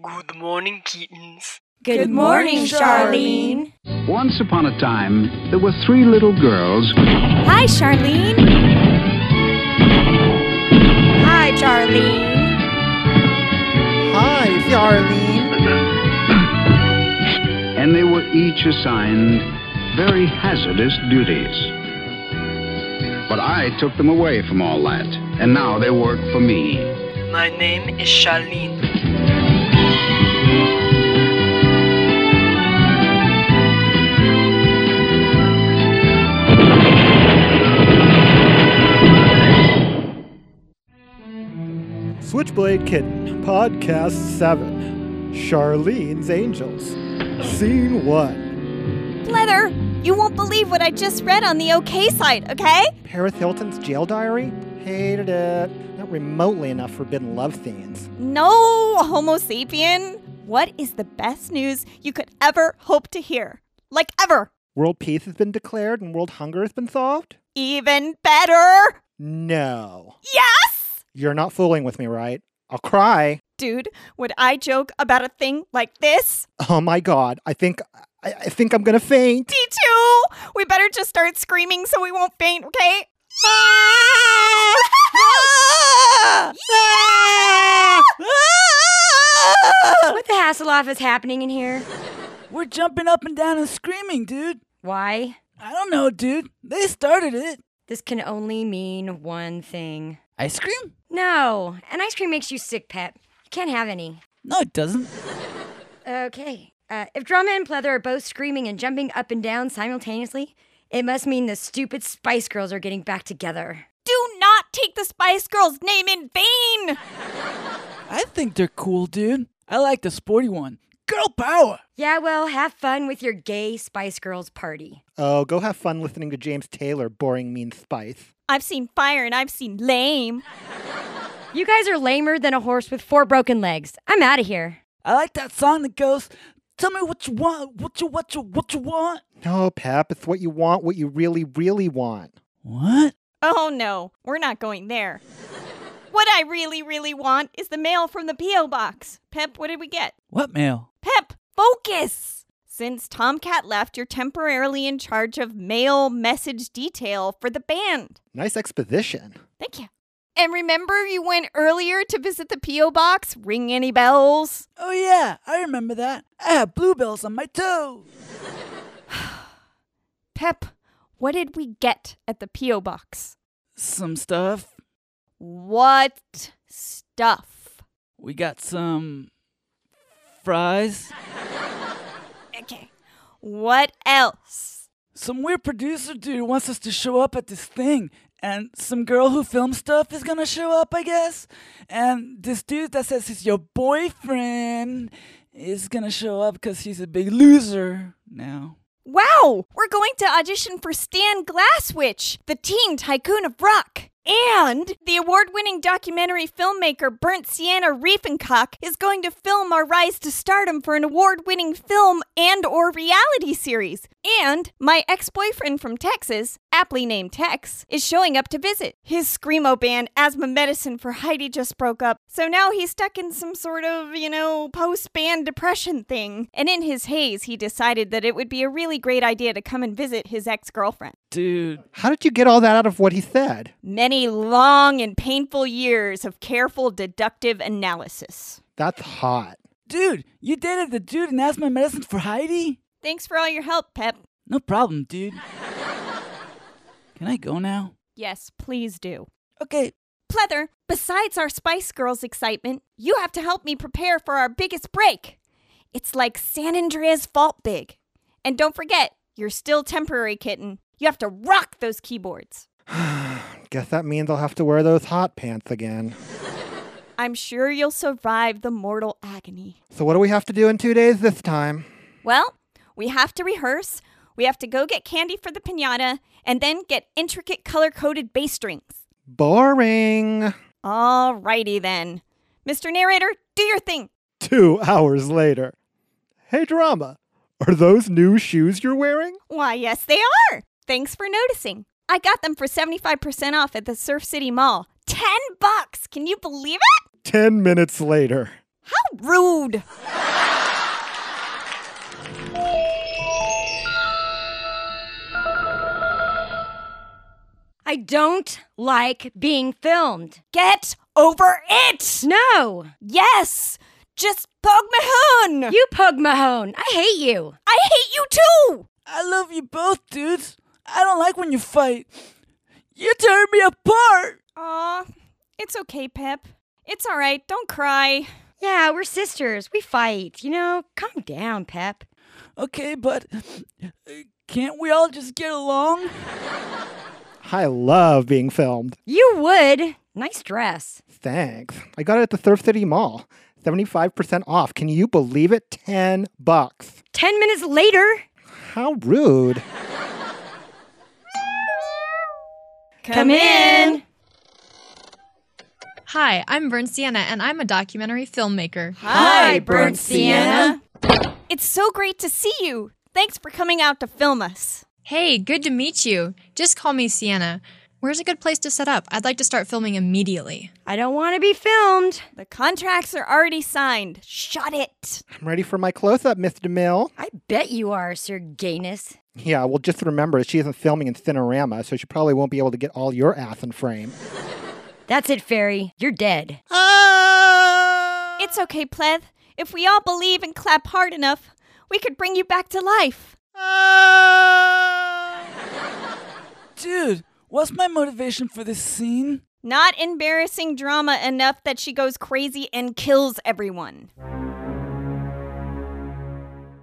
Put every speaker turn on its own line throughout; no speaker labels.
Good morning, kittens.
Good morning, Charlene.
Once upon a time, there were three little girls
Hi, Charlene. Hi, Charlene.
Hi, Charlene.
and they were each assigned very hazardous duties. But I took them away from all that, and now they work for me.
My name is Charlene.
Switchblade Kitten, Podcast 7. Charlene's Angels. Scene 1.
Leather, you won't believe what I just read on the OK site, okay?
Paris Hilton's jail diary? Hated it. Not remotely enough forbidden love scenes.
No, Homo sapien. What is the best news you could ever hope to hear? Like, ever.
World peace has been declared and world hunger has been solved?
Even better.
No.
Yes!
You're not fooling with me, right? I'll cry.
Dude, would I joke about a thing like this?
Oh my god, I think I, I think I'm gonna faint.
D2! We better just start screaming so we won't faint, okay?
Ah! What the Hasselhoff is happening in here?
We're jumping up and down and screaming, dude.
Why?
I don't know, dude. They started it.
This can only mean one thing.
Ice cream?
No, an ice cream makes you sick, Pep. You can't have any.
No, it doesn't.
Okay. Uh, if Drama and Pleather are both screaming and jumping up and down simultaneously, it must mean the stupid Spice Girls are getting back together.
Do not take the Spice Girls name in vain!
I think they're cool, dude. I like the sporty one. Girl power!
Yeah, well, have fun with your gay Spice Girls party.
Oh, go have fun listening to James Taylor boring mean spice.
I've seen fire and I've seen lame.
You guys are lamer than a horse with four broken legs. I'm out of here.
I like that song that goes, Tell me what you want, what you, what you, what you want.
No, Pep, it's what you want, what you really, really want.
What?
Oh no, we're not going there. What I really, really want is the mail from the P.O. box. Pep, what did we get?
What mail?
Pep, focus! Since Tomcat left, you're temporarily in charge of mail message detail for the band.
Nice exposition.
Thank you. And remember, you went earlier to visit the P.O. box? Ring any bells?
Oh, yeah, I remember that. I have bluebells on my toe.
Pep, what did we get at the P.O. box?
Some stuff.
What stuff?
We got some fries.
Okay. What else?
Some weird producer dude wants us to show up at this thing, and some girl who films stuff is gonna show up, I guess. And this dude that says he's your boyfriend is gonna show up because he's a big loser now.
Wow! We're going to audition for Stan Glasswitch, the teen tycoon of rock. And the award winning documentary filmmaker Burnt Sienna Riefenkock is going to film our rise to stardom for an award winning film and or reality series. And my ex boyfriend from Texas, aptly named Tex, is showing up to visit. His Screamo band, Asthma Medicine for Heidi, just broke up, so now he's stuck in some sort of, you know, post band depression thing. And in his haze, he decided that it would be a really great idea to come and visit his ex girlfriend.
Dude,
How did you get all that out of what he said?
Many long and painful years of careful deductive analysis.
That's hot.
dude, you dated the dude and asked my medicine for Heidi?
Thanks for all your help, Pep.
No problem, dude. Can I go now?
Yes, please do.
Okay,
Pleather, besides our Spice Girls excitement, you have to help me prepare for our biggest break. It's like San Andreas Fault Big. And don't forget, you're still temporary, kitten. You have to rock those keyboards.
Guess that means I'll have to wear those hot pants again.
I'm sure you'll survive the mortal agony.
So, what do we have to do in two days this time?
Well, we have to rehearse, we have to go get candy for the pinata, and then get intricate color coded bass strings.
Boring.
Alrighty then. Mr. Narrator, do your thing.
Two hours later. Hey, drama. Are those new shoes you're wearing?
Why, yes, they are. Thanks for noticing. I got them for 75% off at the Surf City Mall. 10 bucks. Can you believe it?
Ten minutes later.
How rude!
I don't like being filmed.
Get over it!
No,
Yes! Just Pog Mahone!
you Pug Mahone. I hate you.
I hate you too!
I love you both, dudes. I don't like when you fight. You tear me apart.
Aw, it's okay, Pep. It's alright, don't cry.
Yeah, we're sisters. We fight. You know, calm down, Pep.
Okay, but uh, can't we all just get along?
I love being filmed.
You would. Nice dress.
Thanks. I got it at the Thrift City Mall. 75% off. Can you believe it? 10 bucks.
Ten minutes later,
How rude.
come in.
Hi, I'm Burn Sienna, and I'm a documentary filmmaker.
Hi, Burnt Sienna.
It's so great to see you. Thanks for coming out to film us.
Hey, good to meet you. Just call me Sienna. Where's a good place to set up? I'd like to start filming immediately.
I don't want to be filmed.
The contracts are already signed. Shut it.
I'm ready for my close up, Miss DeMille.
I bet you are, Sir Gayness.
Yeah, well, just remember, she isn't filming in Cinerama, so she probably won't be able to get all your ass in frame.
That's it, Fairy. You're dead.
Ah!
It's okay, Pleth. If we all believe and clap hard enough, we could bring you back to life.
Ah! Dude, what's my motivation for this scene?
Not embarrassing drama enough that she goes crazy and kills everyone.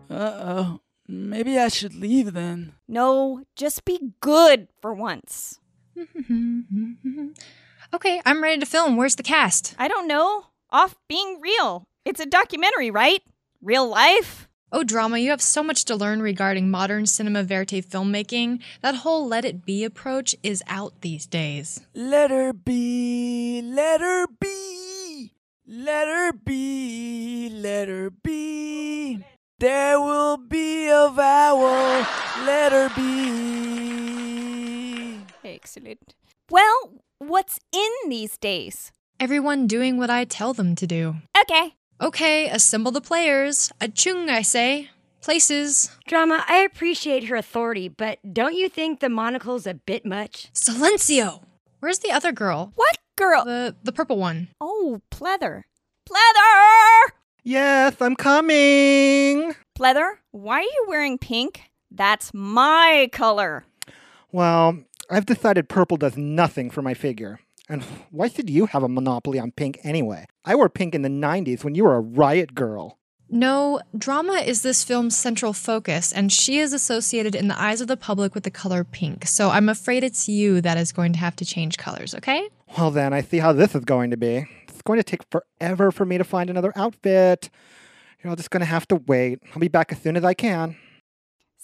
Uh oh. Maybe I should leave then.
No, just be good for once.
Okay, I'm ready to film. Where's the cast?
I don't know. Off being real. It's a documentary, right? Real life?
Oh, drama, you have so much to learn regarding modern cinema verite filmmaking. That whole let it be approach is out these days.
Let her be, let her be, let her be, let her be. There will be a vowel, let her be.
Excellent. Well, what's in these days?
Everyone doing what I tell them to do.
Okay.
Okay, assemble the players. A chung, I say. Places.
Drama, I appreciate her authority, but don't you think the monocle's a bit much?
Silencio! Where's the other girl?
What girl?
The the purple one.
Oh, pleather. Pleather!
yes, I'm coming.
Pleather, why are you wearing pink? That's my color.
Well, I've decided purple does nothing for my figure. And why should you have a monopoly on pink anyway? I wore pink in the 90s when you were a riot girl.
No, drama is this film's central focus, and she is associated in the eyes of the public with the color pink. So I'm afraid it's you that is going to have to change colors, okay?
Well, then, I see how this is going to be. It's going to take forever for me to find another outfit. You're all just going to have to wait. I'll be back as soon as I can.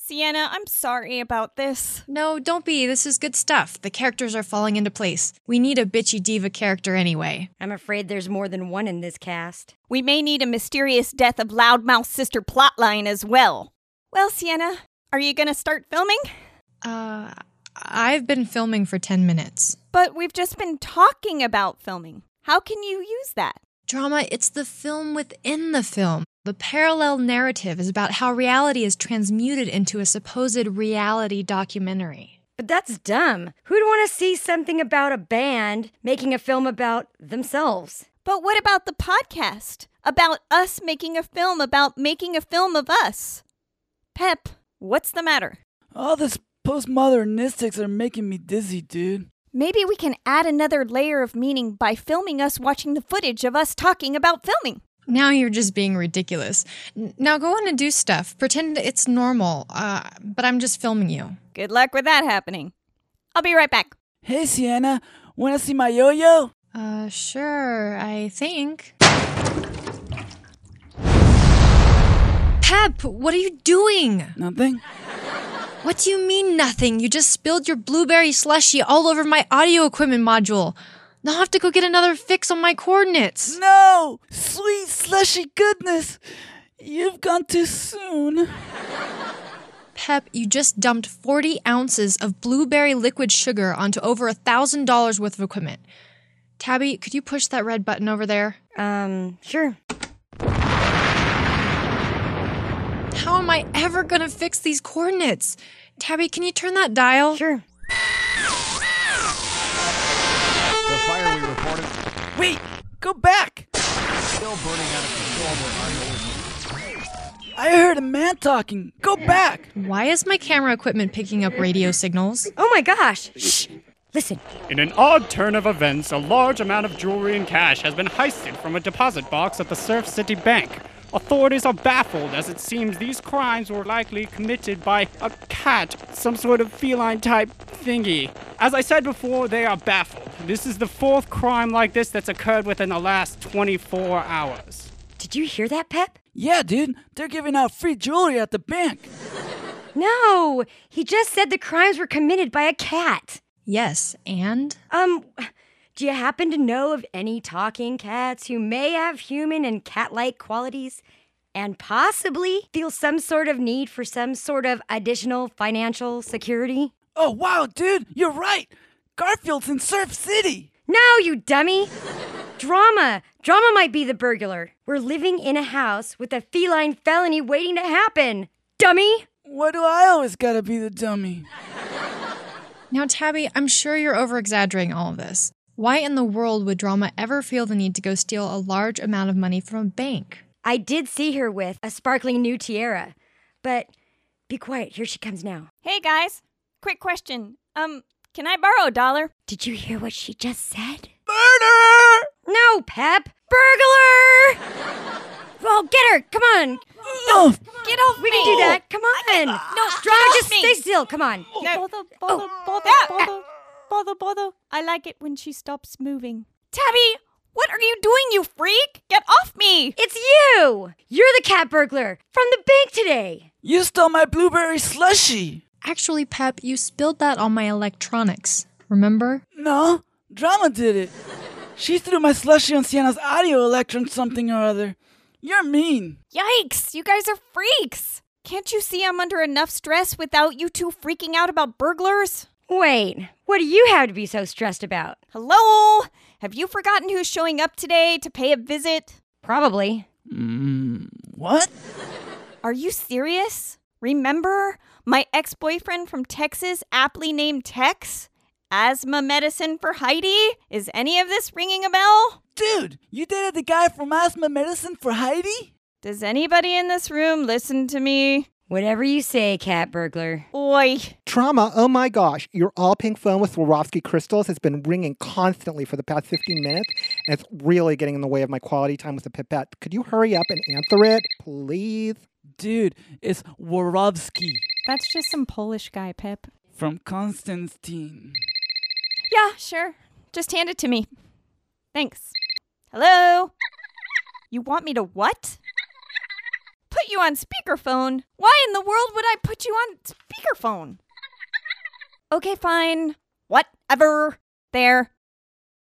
Sienna, I'm sorry about this.
No, don't be. This is good stuff. The characters are falling into place. We need a bitchy diva character anyway.
I'm afraid there's more than one in this cast.
We may need a mysterious death of Loudmouth Sister plotline as well. Well, Sienna, are you going to start filming?
Uh, I've been filming for 10 minutes.
But we've just been talking about filming. How can you use that?
Drama, it's the film within the film. The parallel narrative is about how reality is transmuted into a supposed reality documentary.
But that's dumb. Who'd want to see something about a band making a film about themselves?
But what about the podcast? About us making a film about making a film of us? Pep, what's the matter?
All this postmodernistics are making me dizzy, dude.
Maybe we can add another layer of meaning by filming us watching the footage of us talking about filming.
Now you're just being ridiculous. N- Now go on and do stuff. Pretend it's normal, uh, but I'm just filming you.
Good luck with that happening. I'll be right back.
Hey, Sienna, wanna see my yo yo?
Uh, sure, I think. Pep, what are you doing?
Nothing?
What do you mean nothing? You just spilled your blueberry slushy all over my audio equipment module. Now I'll have to go get another fix on my coordinates.
No! Sweet slushy goodness! You've gone too soon.
Pep, you just dumped 40 ounces of blueberry liquid sugar onto over a $1,000 worth of equipment. Tabby, could you push that red button over there?
Um, sure.
how am I ever going to fix these coordinates? Tabby, can you turn that dial?
Sure.
The fire we reported is
Wait, go back.
still burning out of control. We're unable to-
I heard a man talking. Go back.
Why is my camera equipment picking up radio signals?
Oh my gosh. Shh. Listen.
In an odd turn of events, a large amount of jewelry and cash has been heisted from a deposit box at the Surf City Bank. Authorities are baffled as it seems these crimes were likely committed by a cat, some sort of feline type thingy. As I said before, they are baffled. This is the fourth crime like this that's occurred within the last 24 hours.
Did you hear that, Pep?
Yeah, dude, they're giving out free jewelry at the bank.
No. He just said the crimes were committed by a cat.
Yes, and?
Um, do you happen to know of any talking cats who may have human and cat like qualities and possibly feel some sort of need for some sort of additional financial security?
Oh, wow, dude, you're right. Garfield's in Surf City.
No, you dummy! Drama! Drama might be the burglar. We're living in a house with a feline felony waiting to happen. Dummy!
Why do I always gotta be the dummy?
Now, Tabby, I'm sure you're over exaggerating all of this. Why in the world would Drama ever feel the need to go steal a large amount of money from a bank?
I did see her with a sparkling new tiara, but be quiet. Here she comes now.
Hey guys, quick question. Um, can I borrow a dollar?
Did you hear what she just said?
Murder!
No, Pep! Burglar! well, get her! Come on!
Oh,
Get off
We
me!
can do that! Come on!
No,
Drama,
get off
just
Ah, me.
stay still! Come on!
No. Oh. Ah, Bother, bother, bother, bother, bother, bother. I like it when she stops moving. Tabby, what are you doing, you freak? Get off me!
It's you! You're the cat burglar from the bank today!
you stole my blueberry slushy.
Actually, Pep, you spilled that on my electronics. Remember?
No, Drama did it. She threw my slushy on Sienna's audio electron something or other. You're mean.
Yikes, you guys are freaks! Can't you see I'm under enough stress without you two freaking out about burglars?
Wait, what do you have to be so stressed about?
Hello? Have you forgotten who's showing up today to pay a visit?
Probably.
Mm, What?
Are you serious? Remember my ex boyfriend from Texas, aptly named Tex? Asthma medicine for Heidi? Is any of this ringing a bell?
Dude, you dated the guy from Asthma Medicine for Heidi?
Does anybody in this room listen to me?
Whatever you say, cat burglar.
Oi.
Trauma, oh my gosh, your all pink phone with Swarovski crystals has been ringing constantly for the past 15 minutes, and it's really getting in the way of my quality time with the pipette. Could you hurry up and answer it, please?
Dude, it's Warowski
That's just some Polish guy, Pip.
from Konstantin.
Yeah, sure. Just hand it to me. Thanks. Hello? You want me to what? Put you on speakerphone? Why in the world would I put you on speakerphone? Okay, fine. Whatever. There.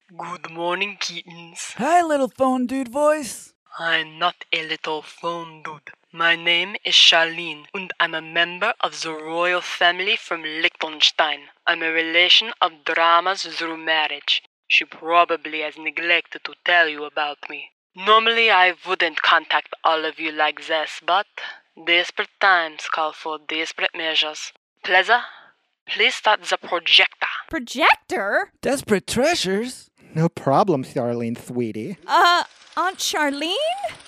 Good morning, kittens.
Hi, little phone dude voice.
I'm not a little phone dude. My name is Charlene, and I'm a member of the royal family from Liechtenstein. I'm a relation of Drama's through marriage. She probably has neglected to tell you about me. Normally, I wouldn't contact all of you like this, but desperate times call for desperate measures. Pleasure, please start the projector.
Projector?
Desperate treasures?
No problem, Charlene, sweetie.
Uh, Aunt Charlene?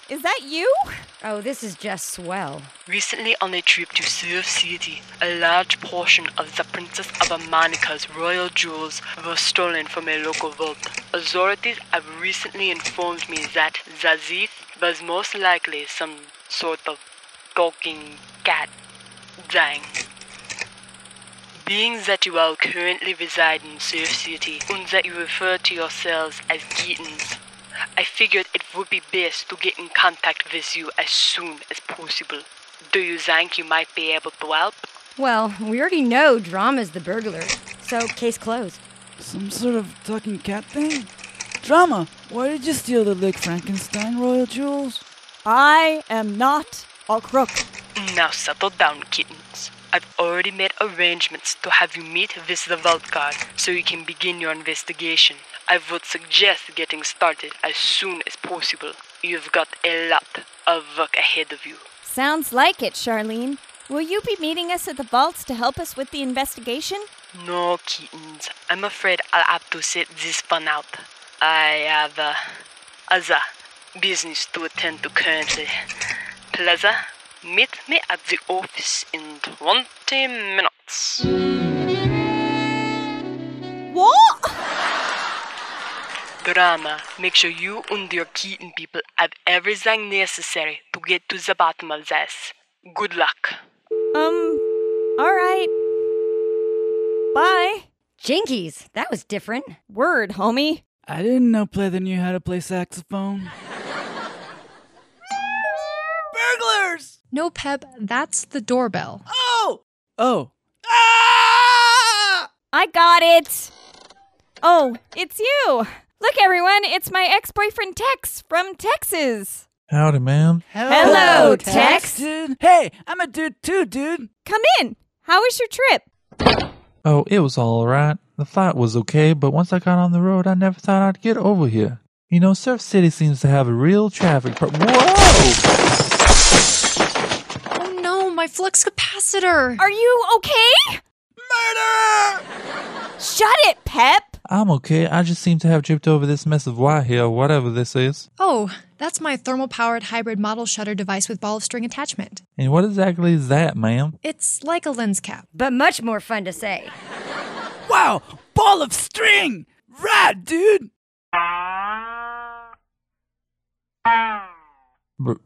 Is that you?
Oh, this is just swell.
Recently, on a trip to Surf City, a large portion of the Princess of Amanika's royal jewels were stolen from a local vault. Authorities have recently informed me that the thief was most likely some sort of gawking cat. Dang. Being that you all currently reside in Surf City and that you refer to yourselves as Geetons, I figured it would be best to get in contact with you as soon as possible. Do you think you might be able to help?
Well, we already know Drama's the burglar, so case closed.
Some sort of talking cat thing? Drama, why did you steal the Lick Frankenstein royal jewels?
I am not a crook.
Now settle down, kittens. I've already made arrangements to have you meet with the vault guard so you can begin your investigation. I would suggest getting started as soon as possible. You've got a lot of work ahead of you.
Sounds like it, Charlene. Will you be meeting us at the vaults to help us with the investigation?
No, kittens. I'm afraid I'll have to sit this one out. I have uh, other business to attend to currently. Plaza, meet me at the office in 20 minutes.
What?
Drama, make sure you and your kitten people have everything necessary to get to the bottom of this. Good luck.
Um, all right. Bye.
Jinkies, that was different.
Word, homie.
I didn't know Pleather knew how to play saxophone. Burglars!
No, Pep, that's the doorbell.
Oh! Oh. Ah!
I got it. Oh, it's you. Look, everyone, it's my ex boyfriend Tex from Texas.
Howdy, ma'am.
Hello, Tex.
Dude. Hey, I'm a dude too, dude.
Come in. How was your trip?
Oh, it was all right. The flight was okay, but once I got on the road, I never thought I'd get over here. You know, Surf City seems to have a real traffic pro- Whoa!
Oh no, my flux capacitor!
Are you okay?
Murderer!
Shut it, Pep.
I'm okay. I just seem to have tripped over this mess of wire here, whatever this is.
Oh, that's my thermal powered hybrid model shutter device with ball of string attachment.
And what exactly is that, ma'am?
It's like a lens cap.
But much more fun to say.
Wow! Ball of string! Rad, dude!
R-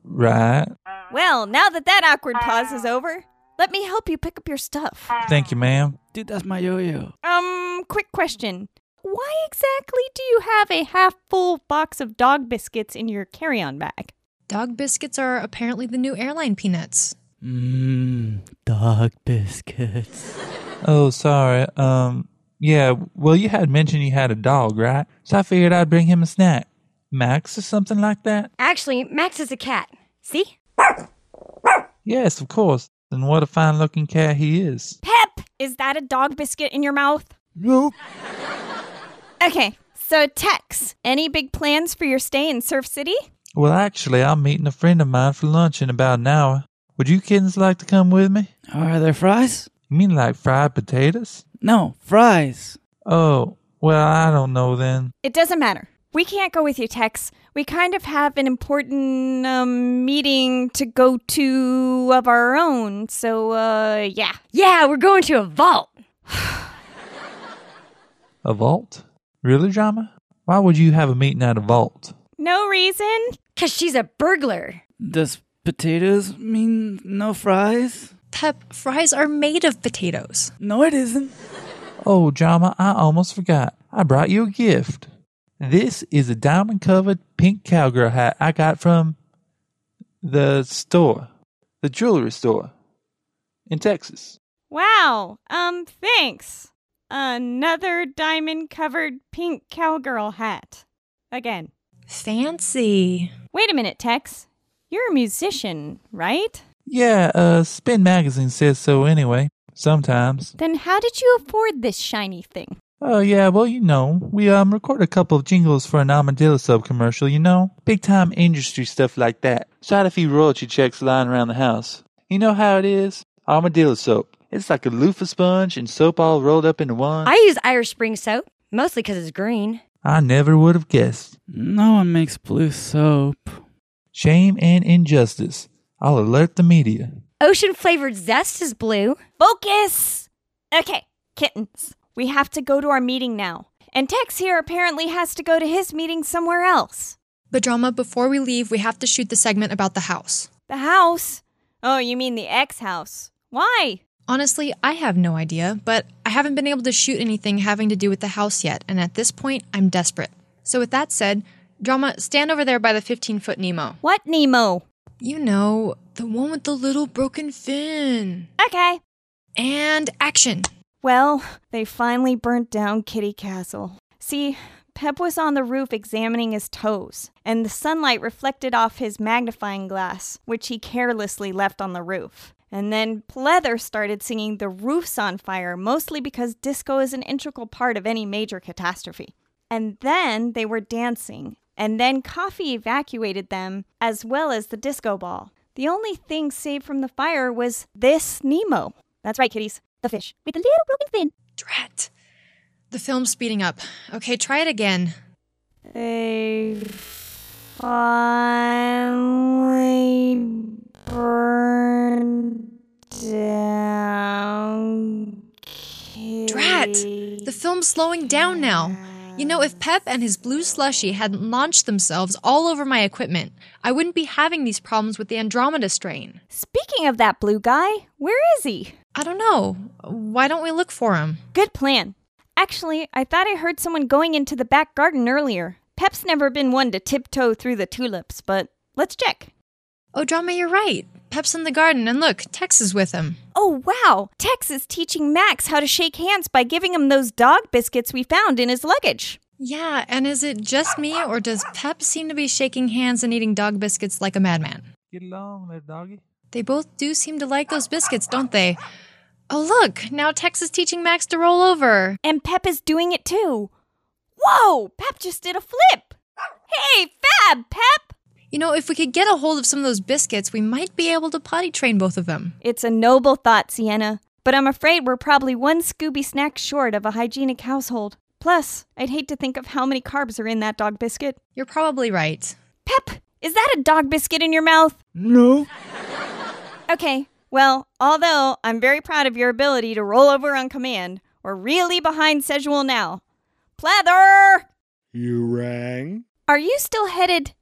right.
Well, now that that awkward pause is over, let me help you pick up your stuff.
Thank you, ma'am.
Dude, that's my yo yo.
Um, quick question. Why exactly do you have a half full box of dog biscuits in your carry on bag?
Dog biscuits are apparently the new airline peanuts.
Mmm, dog biscuits.
Oh, sorry. Um, yeah, well, you had mentioned you had a dog, right? So I figured I'd bring him a snack. Max or something like that?
Actually, Max is a cat. See?
Yes, of course. Then what a fine looking cat he is.
Pep, is that a dog biscuit in your mouth?
Nope.
Okay, so Tex, any big plans for your stay in Surf City?
Well, actually, I'm meeting a friend of mine for lunch in about an hour. Would you kittens like to come with me?
Are there fries?
You mean like fried potatoes?
No, fries.
Oh, well, I don't know then.
It doesn't matter. We can't go with you, Tex. We kind of have an important um, meeting to go to of our own. So, uh, yeah.
Yeah, we're going to a vault.
A vault? Really, Drama? Why would you have a meeting at a vault?
No reason?
Because she's a burglar.
Does potatoes mean no fries?
Pep, fries are made of potatoes.
No, it isn't.
Oh, Drama, I almost forgot. I brought you a gift. This is a diamond covered pink cowgirl hat I got from the store, the jewelry store in Texas.
Wow. Um, thanks. Another diamond covered pink cowgirl hat. Again.
Fancy.
Wait a minute, Tex. You're a musician, right?
Yeah, uh, Spin Magazine says so anyway, sometimes.
Then how did you afford this shiny thing?
Oh, yeah, well, you know, we um record a couple of jingles for an Armadillo sub commercial, you know? Big time industry stuff like that. So I had a few royalty checks lying around the house. You know how it is? Armadillo soap. It's like a loofah sponge and soap all rolled up into one.
I use Irish Spring soap, mostly because it's green.
I never would have guessed.
No one makes blue soap.
Shame and injustice. I'll alert the media.
Ocean flavored zest is blue.
Focus! Okay, kittens, we have to go to our meeting now. And Tex here apparently has to go to his meeting somewhere else.
But drama, before we leave, we have to shoot the segment about the house.
The house? Oh, you mean the ex house. Why?
Honestly, I have no idea, but I haven't been able to shoot anything having to do with the house yet, and at this point, I'm desperate. So, with that said, drama, stand over there by the 15 foot Nemo.
What Nemo?
You know, the one with the little broken fin.
Okay.
And action.
Well, they finally burnt down Kitty Castle. See, Pep was on the roof examining his toes, and the sunlight reflected off his magnifying glass, which he carelessly left on the roof. And then Pleather started singing The Roof's on Fire, mostly because disco is an integral part of any major catastrophe. And then they were dancing, and then Coffee evacuated them, as well as the disco ball. The only thing saved from the fire was this Nemo. That's right, kitties. The fish with the little broken fin.
Drat. The film's speeding up. Okay, try it again.
They finally burned down.
Drat! The film's slowing down now. You know, if Pep and his blue slushy hadn't launched themselves all over my equipment, I wouldn't be having these problems with the Andromeda strain.
Speaking of that blue guy, where is he?
I don't know. Why don't we look for him?
Good plan. Actually, I thought I heard someone going into the back garden earlier. Pep's never been one to tiptoe through the tulips, but let's check.
Oh, Drama, you're right. Pep's in the garden, and look, Tex is with him.
Oh, wow! Tex is teaching Max how to shake hands by giving him those dog biscuits we found in his luggage.
Yeah, and is it just me, or does Pep seem to be shaking hands and eating dog biscuits like a madman?
Get along, little doggy.
They both do seem to like those biscuits, don't they? Oh, look, now Tex is teaching Max to roll over.
And Pep is doing it too. Whoa! Pep just did a flip! Hey, Fab, Pep!
You know, if we could get a hold of some of those biscuits, we might be able to potty train both of them.
It's a noble thought, Sienna, but I'm afraid we're probably one Scooby snack short of a hygienic household. Plus, I'd hate to think of how many carbs are in that dog biscuit.
You're probably right.
Pep, is that a dog biscuit in your mouth?
No.
Okay, well, although I'm very proud of your ability to roll over on command, we're really behind schedule now. Pleather!
You rang?
Are you still headed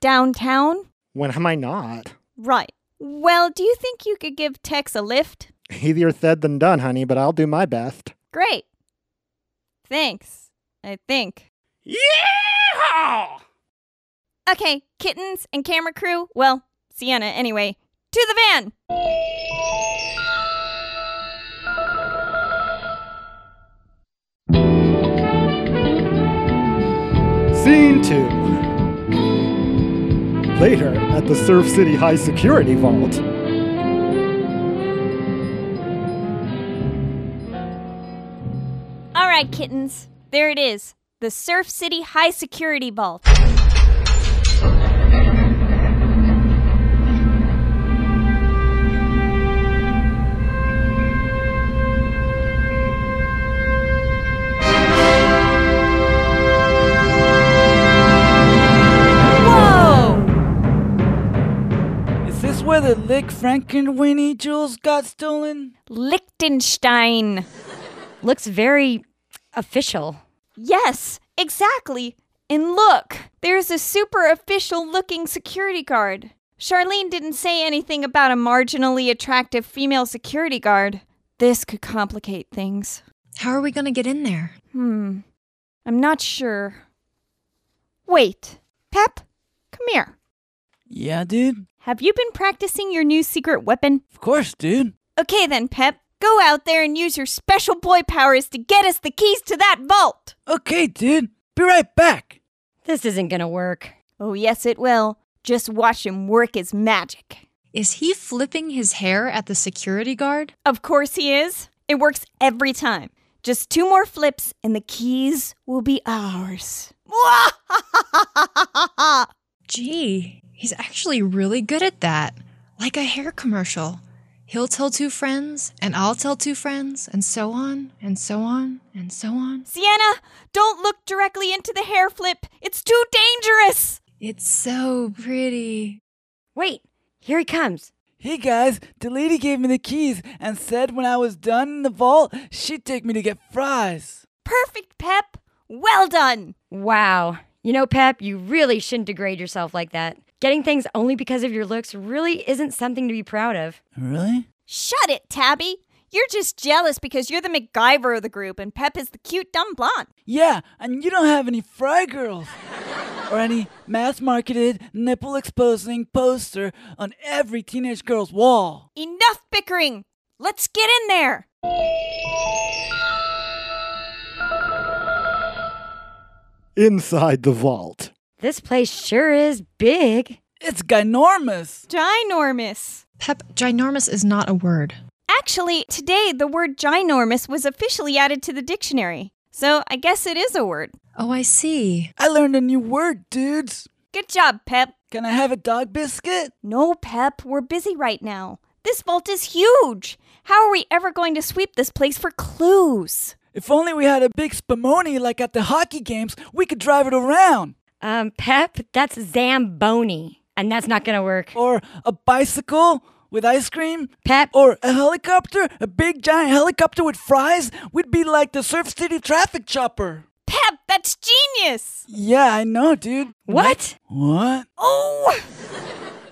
downtown?
When am I not?
Right. Well, do you think you could give Tex a lift?
Easier said than done, honey, but I'll do my best.
Great. Thanks, I think.
Yeehaw!
Okay, kittens and camera crew, well, Sienna anyway, to the van!
Scene two. Later at the Surf City High Security Vault.
All right, kittens, there it is the Surf City High Security Vault. Whoa!
Is this where the Lick Frankenweenie jewels got stolen?
Liechtenstein.
Looks very official.
Yes, exactly. And look, there's a super official looking security guard. Charlene didn't say anything about a marginally attractive female security guard. This could complicate things.
How are we going to get in there?
Hmm. I'm not sure. Wait. Pep, come here.
Yeah, dude.
Have you been practicing your new secret weapon?
Of course, dude.
Okay then, Pep. Go out there and use your special boy powers to get us the keys to that vault.
Okay, dude. Be right back.
This isn't gonna work.
Oh, yes, it will. Just watch him work his magic.
Is he flipping his hair at the security guard?
Of course he is. It works every time. Just two more flips and the keys will be ours.
Gee, he's actually really good at that. Like a hair commercial. He'll tell two friends, and I'll tell two friends, and so on, and so on, and so on.
Sienna, don't look directly into the hair flip. It's too dangerous.
It's so pretty.
Wait, here he comes.
Hey guys, the lady gave me the keys and said when I was done in the vault, she'd take me to get fries.
Perfect, Pep. Well done.
Wow. You know, Pep, you really shouldn't degrade yourself like that. Getting things only because of your looks really isn't something to be proud of.
Really?
Shut it, Tabby. You're just jealous because you're the MacGyver of the group and Pep is the cute dumb blonde.
Yeah, and you don't have any fry girls or any mass marketed, nipple exposing poster on every teenage girl's wall.
Enough bickering. Let's get in there.
Inside the vault.
This place sure is big.
It's ginormous.
Ginormous.
Pep, ginormous is not a word.
Actually, today the word ginormous was officially added to the dictionary. So I guess it is a word.
Oh, I see.
I learned a new word, dudes.
Good job, Pep.
Can I have a dog biscuit?
No, Pep, we're busy right now. This vault is huge. How are we ever going to sweep this place for clues?
If only we had a big spumoni like at the hockey games, we could drive it around.
Um, Pep, that's Zamboni, and that's not gonna work.
Or a bicycle with ice cream.
Pep,
Or a helicopter, a big giant helicopter with fries. We'd be like the Surf City traffic chopper.
Pep, that's genius.
Yeah, I know, dude.
what?
What?
Oh!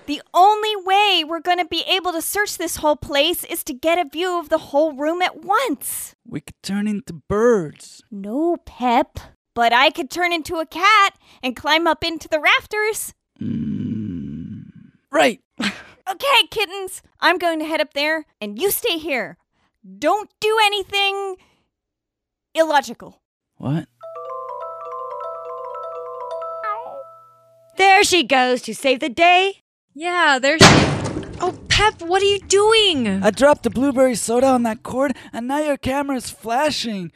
the only way we're going to be able to search this whole place is to get a view of the whole room at once.
We could turn into birds.
No, Pep. But I could turn into a cat and climb up into the rafters.
Right.
Okay, kittens, I'm going to head up there and you stay here. Don't do anything illogical.
What?
There she goes to save the day.
Yeah, there's. Oh, Pep, what are you doing?
I dropped the blueberry soda on that cord, and now your camera's flashing.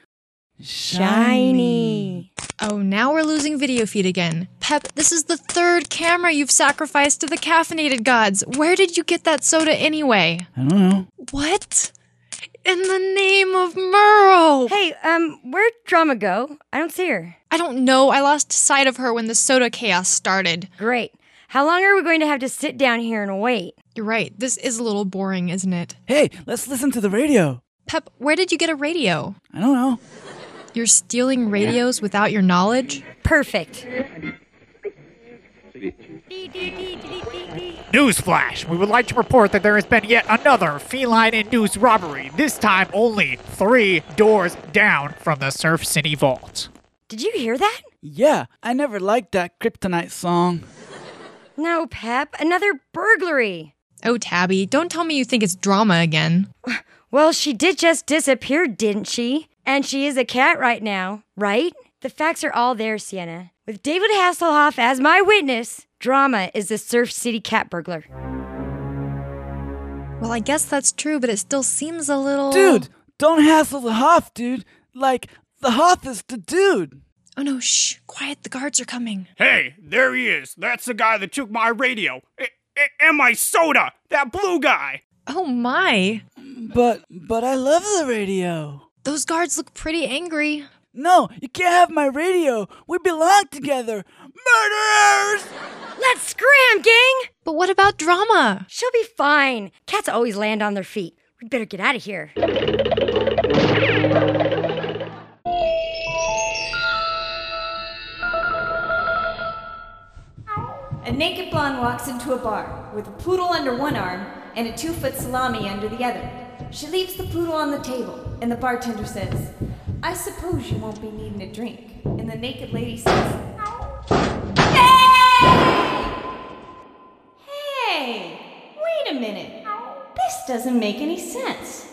Shiny.
Oh, now we're losing video feed again. Pep, this is the third camera you've sacrificed to the caffeinated gods. Where did you get that soda anyway?
I don't know.
What? In the name of Murrow!
Hey, um, where'd Drama go? I don't see her.
I don't know. I lost sight of her when the soda chaos started.
Great. How long are we going to have to sit down here and wait?
You're right. This is a little boring, isn't it?
Hey, let's listen to the radio.
Pep, where did you get a radio?
I don't know.
You're stealing radios without your knowledge?
Perfect.
Newsflash! We would like to report that there has been yet another feline induced robbery, this time only three doors down from the Surf City Vault.
Did you hear that?
Yeah, I never liked that Kryptonite song.
No, Pep, another burglary.
Oh, Tabby, don't tell me you think it's drama again.
Well, she did just disappear, didn't she? And she is a cat right now, right? The facts are all there, Sienna. With David Hasselhoff as my witness, drama is the Surf City cat burglar.
Well, I guess that's true, but it still seems a little.
Dude, don't hassle the Hoff, dude. Like, the Hoff is the dude.
Oh no, shh, quiet, the guards are coming.
Hey, there he is. That's the guy that took my radio. I- I- and my soda! That blue guy!
Oh my!
But, but I love the radio.
Those guards look pretty angry.
No, you can't have my radio. We belong together. Murderers!
Let's scram, gang!
But what about drama?
She'll be fine. Cats always land on their feet. We'd better get out of here.
A naked blonde walks into a bar with a poodle under one arm and a two foot salami under the other. She leaves the poodle on the table, and the bartender says, I suppose you won't be needing a drink. And the naked lady says, Hey! Hey! Wait a minute. This doesn't make any sense.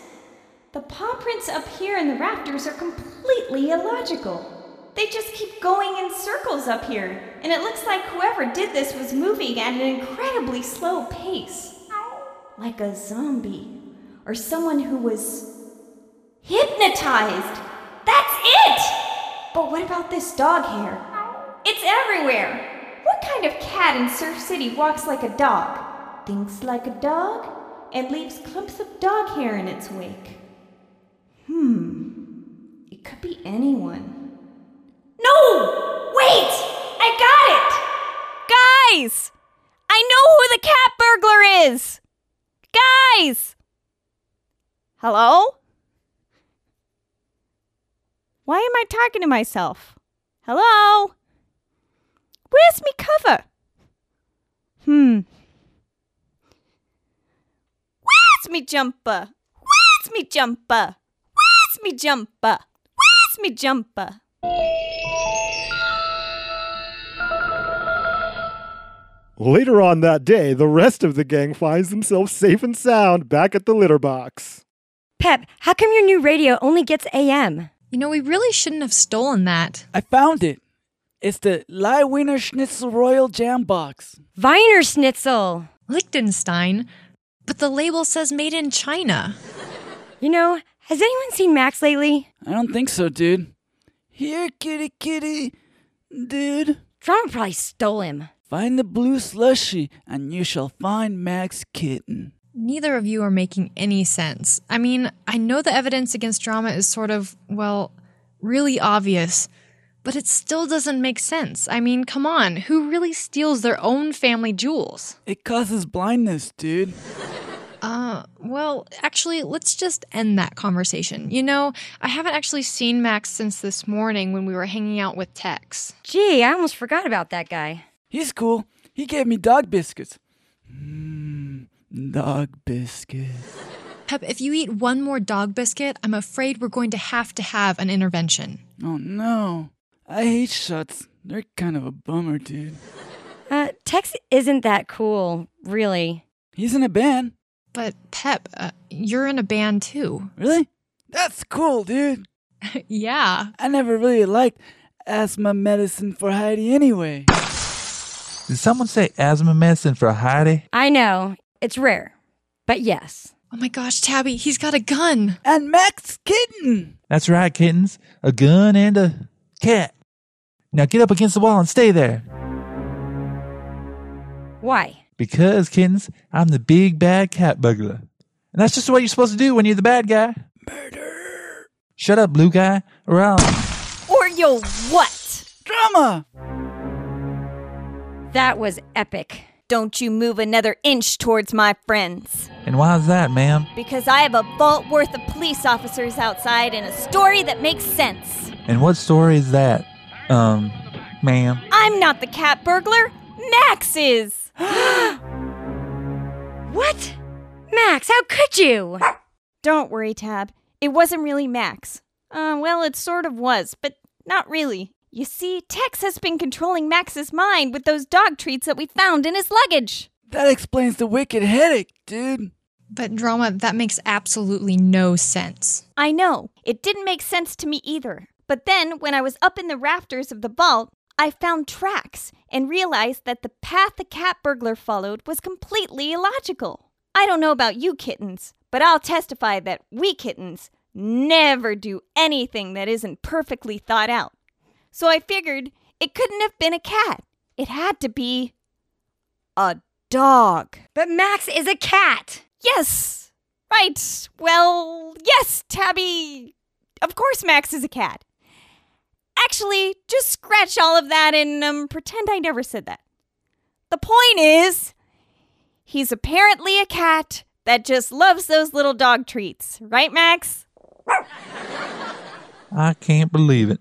The paw prints up here in the rafters are completely illogical. They just keep going in circles up here, and it looks like whoever did this was moving at an incredibly slow pace. Like a zombie, or someone who was hypnotized. That's it! But what about this dog hair? It's everywhere! What kind of cat in Surf City walks like a dog, thinks like a dog, and leaves clumps of dog hair in its wake? Hmm, It could be anyone. No! Wait! I got it! Guys! I know who the cat burglar is! Guys! Hello? Why am I talking to myself? Hello? Where's me cover? Hmm. Where's me jumper? Where's me jumper? Where's me jumper? Where's me jumper?
Later on that day, the rest of the gang finds themselves safe and sound back at the litter box.
Pep, how come your new radio only gets AM?
You know, we really shouldn't have stolen that.
I found it. It's the Lie Wiener Schnitzel Royal Jam Box.
Viner Schnitzel!
Liechtenstein. But the label says made in China.
You know, has anyone seen Max lately?
I don't think so, dude. Here, kitty, kitty, dude.
Drama probably stole him.
Find the blue slushy, and you shall find Mac's kitten.
Neither of you are making any sense. I mean, I know the evidence against drama is sort of, well, really obvious, but it still doesn't make sense. I mean, come on, who really steals their own family jewels?
It causes blindness, dude.
Uh, well, actually, let's just end that conversation. You know, I haven't actually seen Max since this morning when we were hanging out with Tex.
Gee, I almost forgot about that guy.
He's cool. He gave me dog biscuits. Mmm, dog biscuits.
Pep, if you eat one more dog biscuit, I'm afraid we're going to have to have an intervention.
Oh no. I hate shots. They're kind of a bummer, dude.
Uh, Tex isn't that cool, really.
He's in a band.
But Pep, uh, you're in a band too.
Really? That's cool, dude.
yeah.
I never really liked asthma medicine for Heidi anyway.
Did someone say asthma medicine for Heidi?
I know, it's rare, but yes.
Oh my gosh, Tabby, he's got a gun.
And Max Kitten.
That's right, kittens. A gun and a cat. Now get up against the wall and stay there.
Why?
Because, kittens, I'm the big bad cat burglar. And that's just what you're supposed to do when you're the bad guy.
Murder.
Shut up, blue guy, or I'll.
Or you'll what?
Drama.
That was epic.
Don't you move another inch towards my friends.
And why is that, ma'am?
Because I have a vault worth of police officers outside and a story that makes sense.
And what story is that, um, ma'am?
I'm not the cat burglar, Max is!
What? Max, how could you?
Don't worry, Tab. It wasn't really Max. Uh, well, it sort of was, but not really. You see, Tex has been controlling Max's mind with those dog treats that we found in his luggage.
That explains the wicked headache, dude.
But drama, that makes absolutely no sense.
I know. It didn't make sense to me either. But then, when I was up in the rafters of the vault, I found tracks and realized that the path the cat burglar followed was completely illogical. I don't know about you kittens, but I'll testify that we kittens never do anything that isn't perfectly thought out. So I figured it couldn't have been a cat. It had to be a dog.
But Max is a cat.
Yes! Right. Well, yes, Tabby. Of course, Max is a cat. Actually, just scratch all of that and um, pretend I never said that. The point is, he's apparently a cat that just loves those little dog treats. Right, Max?
I can't believe it.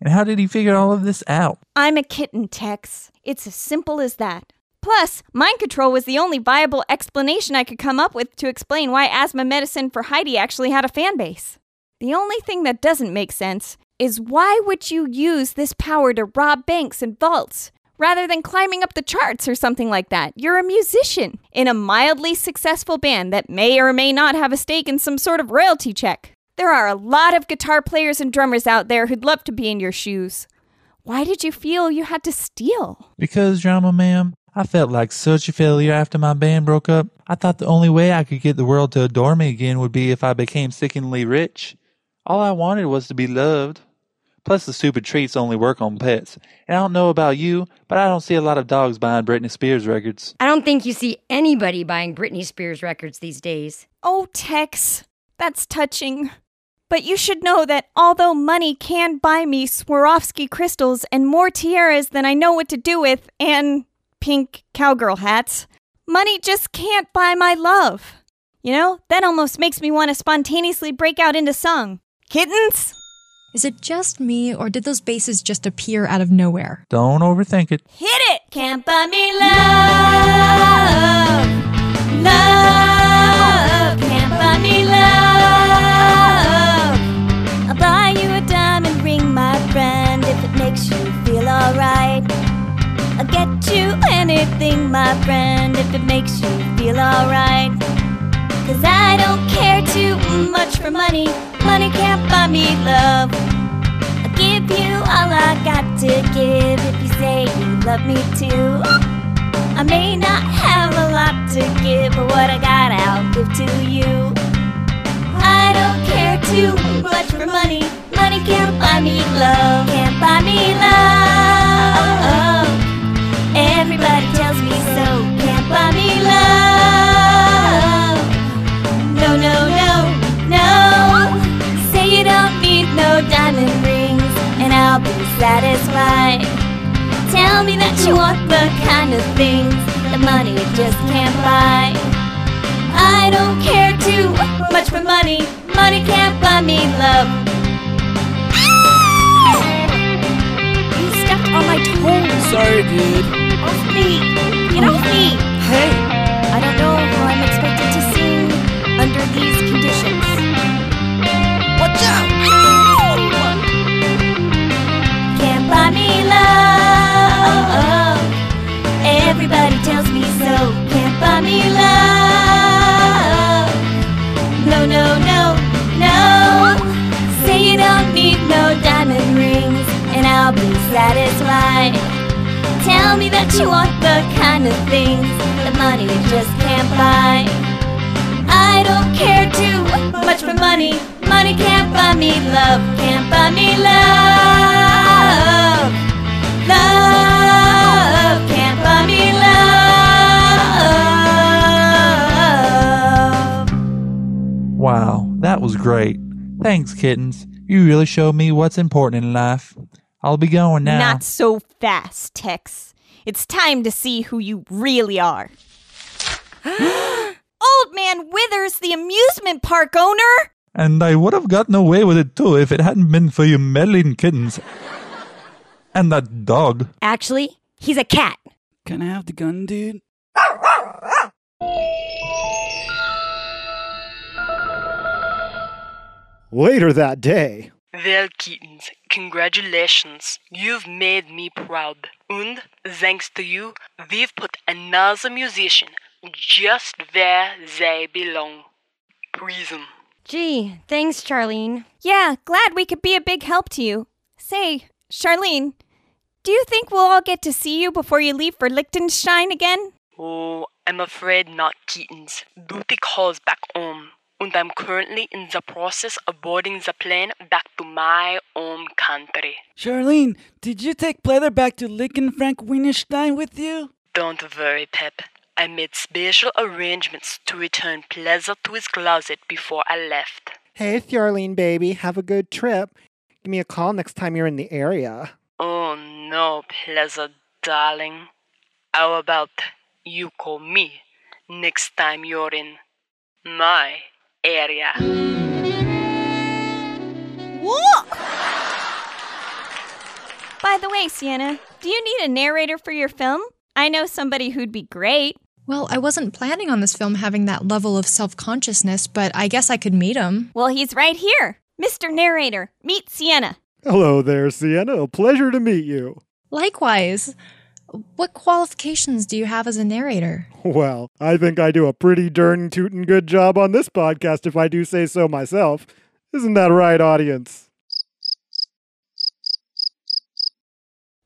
And how did he figure all of this out?
I'm a kitten, Tex. It's as simple as that. Plus, mind control was the only viable explanation I could come up with to explain why asthma medicine for Heidi actually had a fan base. The only thing that doesn't make sense is why would you use this power to rob banks and vaults rather than climbing up the charts or something like that? You're a musician in a mildly successful band that may or may not have a stake in some sort of royalty check. There are a lot of guitar players and drummers out there who'd love to be in your shoes. Why did you feel you had to steal?
Because, drama ma'am, I felt like such a failure after my band broke up. I thought the only way I could get the world to adore me again would be if I became sickeningly rich. All I wanted was to be loved. Plus, the stupid treats only work on pets. And I don't know about you, but I don't see a lot of dogs buying Britney Spears records.
I don't think you see anybody buying Britney Spears records these days.
Oh, Tex, that's touching. But you should know that although money can buy me Swarovski crystals and more tiaras than I know what to do with, and pink cowgirl hats, money just can't buy my love. You know, that almost makes me want to spontaneously break out into song. Kittens?
Is it just me, or did those bases just appear out of nowhere?
Don't overthink it.
Hit it! Can't buy me love. Love. Can't buy me love. I'll buy you a diamond ring, my friend, if it makes you feel alright. I'll get you anything, my friend, if it makes you feel alright. Cause I don't care too much for money. Money can't buy me love. I'll give you all I got to give if you say you love me too. I may not have a lot to give, but what I got I'll give to you. I don't care too much for money. Money can't buy me love. Can't buy me love. Everybody
right. Tell me that you want the kind of things that money just can't buy. I don't care too much for money. Money can't buy me love. You stepped on my toes.
Sorry, dude.
Off me. Get off me. Hey. I don't know how I'm expected to sing under these conditions. Watch out. Can't buy me love. Everybody tells me so. Can't buy me love. No, no, no, no. Say you don't need no diamond rings, and I'll be satisfied. Tell me that you want the kind of things that money just can't buy. I don't care too much for money. Money can't buy me love, can't buy me love. Love can't buy me love.
Wow, that was great. Thanks, kittens. You really showed me what's important in life. I'll be going now.
Not so fast, Tex. It's time to see who you really are. Old Man Withers, the amusement park owner?
And I would have gotten away with it too if it hadn't been for you meddling kittens. and that dog.
Actually, he's a cat.
Can I have the gun, dude?
Later that day,
Well, Keatons, congratulations. You've made me proud. And, thanks to you, we've put another musician just where they belong. Prism.
Gee, thanks, Charlene.
Yeah, glad we could be a big help to you. Say, Charlene, do you think we'll all get to see you before you leave for Liechtenstein again?
Oh, I'm afraid not, Keatons. Duty calls back home, and I'm currently in the process of boarding the plane back to my own country.
Charlene, did you take Pleather back to Licken Frank Wienerstein with you?
Don't worry, Pep. I made special arrangements to return Pleasure to his closet before I left.
hey, Charlene, baby, have a good trip. Give me a call next time you're in the area.
Oh no, Pleasure, darling. How about you call me next time you're in my area?
Whoa! By the way, Sienna, do you need a narrator for your film? I know somebody who'd be great.
Well, I wasn't planning on this film having that level of self consciousness, but I guess I could meet him.
Well, he's right here. Mr. Narrator, meet Sienna.
Hello there, Sienna. A pleasure to meet you.
Likewise, what qualifications do you have as a narrator?
Well, I think I do a pretty darn tootin' good job on this podcast, if I do say so myself. Isn't that right, audience?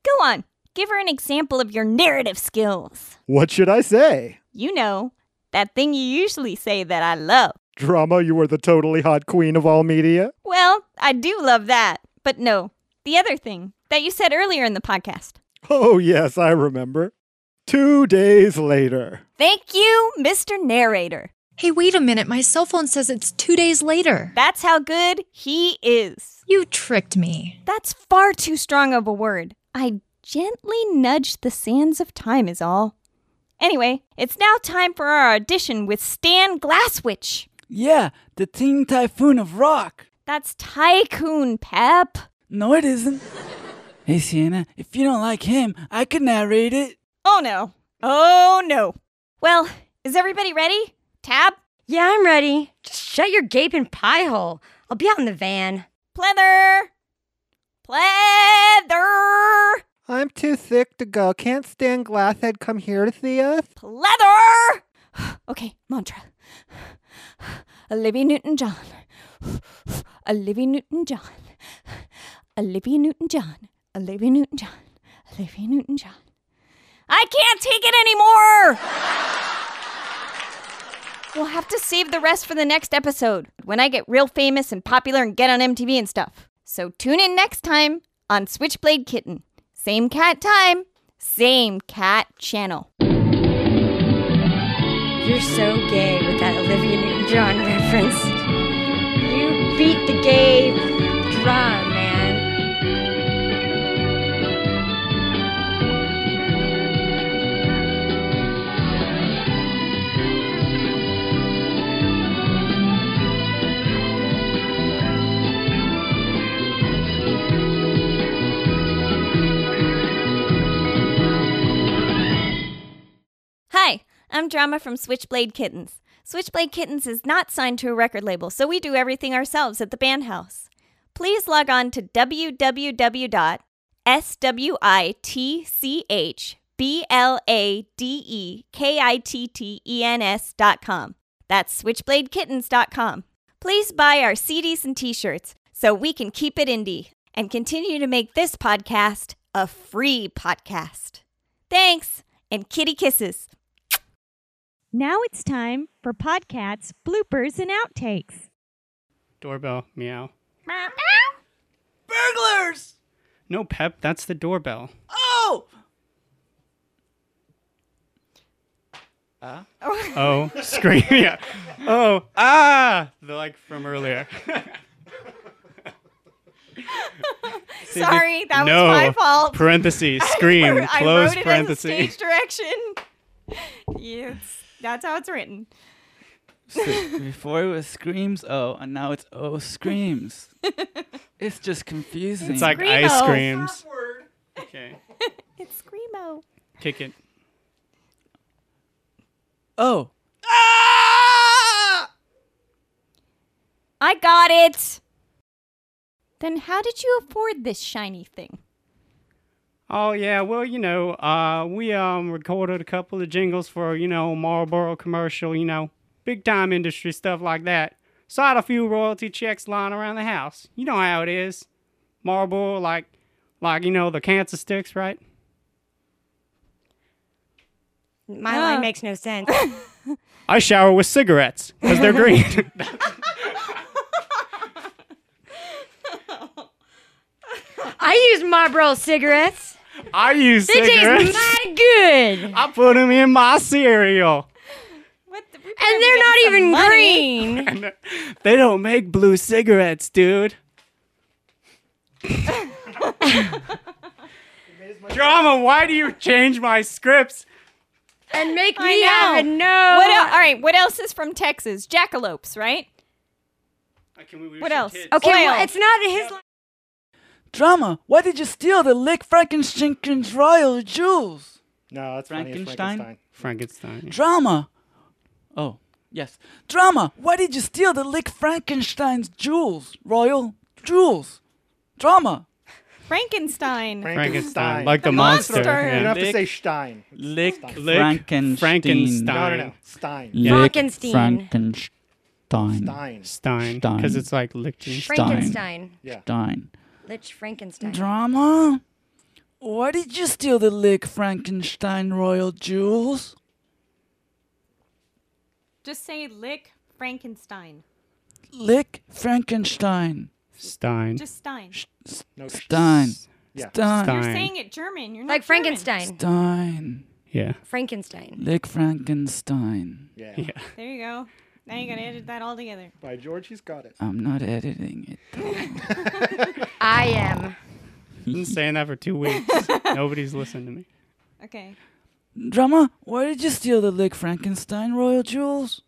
Go on, give her an example of your narrative skills.
What should I say?
You know, that thing you usually say that I love.
Drama, you are the totally hot queen of all media.
Well, I do love that. But no, the other thing that you said earlier in the podcast.
Oh, yes, I remember. Two days later.
Thank you, Mr. Narrator.
Hey, wait a minute, my cell phone says it's two days later.
That's how good he is.
You tricked me.
That's far too strong of a word. I gently nudged the sands of time, is all. Anyway, it's now time for our audition with Stan Glasswitch.
Yeah, the Teen Typhoon of Rock.
That's Tycoon Pep.
No, it isn't. Hey, Sienna, if you don't like him, I could narrate it.
Oh no. Oh no. Well, is everybody ready? Tab?
Yeah, I'm ready. Just shut your gaping pie hole. I'll be out in the van.
Pleather! Pleather!
I'm too sick to go. Can't Stan Glasshead come here to see us?
Pleather! Okay, mantra. Olivia Newton John. Olivia Newton John. Olivia Newton John. Olivia Newton John. Olivia Newton John. I can't take it anymore! We'll have to save the rest for the next episode when I get real famous and popular and get on MTV and stuff. So tune in next time on Switchblade Kitten. Same cat time, same cat channel.
You're so gay with that Olivia Newton John reference. You beat the gay drum, man.
I'm Drama from Switchblade Kittens. Switchblade Kittens is not signed to a record label, so we do everything ourselves at the Bandhouse. Please log on to E www.switchbladekitten's.com. That's switchbladekittens.com. Please buy our CDs and t shirts so we can keep it indie and continue to make this podcast a free podcast. Thanks and kitty kisses.
Now it's time for podcasts, bloopers, and outtakes.
Doorbell, meow.
Burglars!
No, Pep, that's the doorbell.
Oh! Uh?
Ah? Oh, scream, yeah. Oh, ah! The, like from earlier. See, you-
Sorry, that
no,
was my fault.
Parentheses,
I
scream,
wrote- I
close
wrote it as a
parentheses.
stage direction. Yeah, it's- that's how it's written.
So before it was screams oh, and now it's oh screams. it's just confusing.
It's like ice Screamo. creams.
Okay.
It's Screamo.
Kick it.
Oh,
I got it. Then how did you afford this shiny thing?
Oh yeah, well you know, uh, we um recorded a couple of jingles for you know Marlboro commercial, you know, big time industry stuff like that. So I had a few royalty checks lying around the house. You know how it is, Marlboro like, like you know the cancer sticks, right?
My line makes no sense.
I shower with cigarettes because they're green.
I use Marlboro cigarettes.
I use
They taste
cigarettes.
mighty good.
I put them in my cereal.
And they're not even green.
They don't make blue cigarettes, dude. Drama, why do you change my scripts?
And make
I know. What el- all right, what else is from Texas? Jackalopes, right? what else?
Okay,
Oil.
well, it's not his line.
drama! Why did you steal the Lick Frankenstein's royal jewels?
No, that's funny, it's
Frankenstein?
Frankenstein.
Drama. Oh, yes. Drama. Why did you steal the Lick Frankenstein's jewels? Royal jewels. Drama.
Frankenstein.
Frankenstein, like the monster. yeah.
You don't have to say Stein.
Lick
Lick
Frankenstein.
Frankenstein.
No, no, no. Stein.
Lick
Frankenstein.
Frankenstein.
Stein.
Stein, because it's like Liechtenstein.
Frankenstein.
Yeah.
Stein.
Lich Frankenstein.
Drama. Why did you steal the Lick Frankenstein royal jewels?
Just say lick Frankenstein.
Lick Frankenstein.
Stein.
Just Stein.
No, sh-
Stein.
Yeah.
Stein.
Stein.
You're saying it German. You're not
Like
German.
Frankenstein.
Stein.
Yeah.
Frankenstein.
Lick Frankenstein.
yeah.
Yeah.
There you go. Now you gotta edit that all together.
By George, he's got it.
I'm not editing it.
I am.
Been saying that for two weeks. Nobody's listened to me.
Okay.
Drama, why did you steal the Lick Frankenstein royal jewels?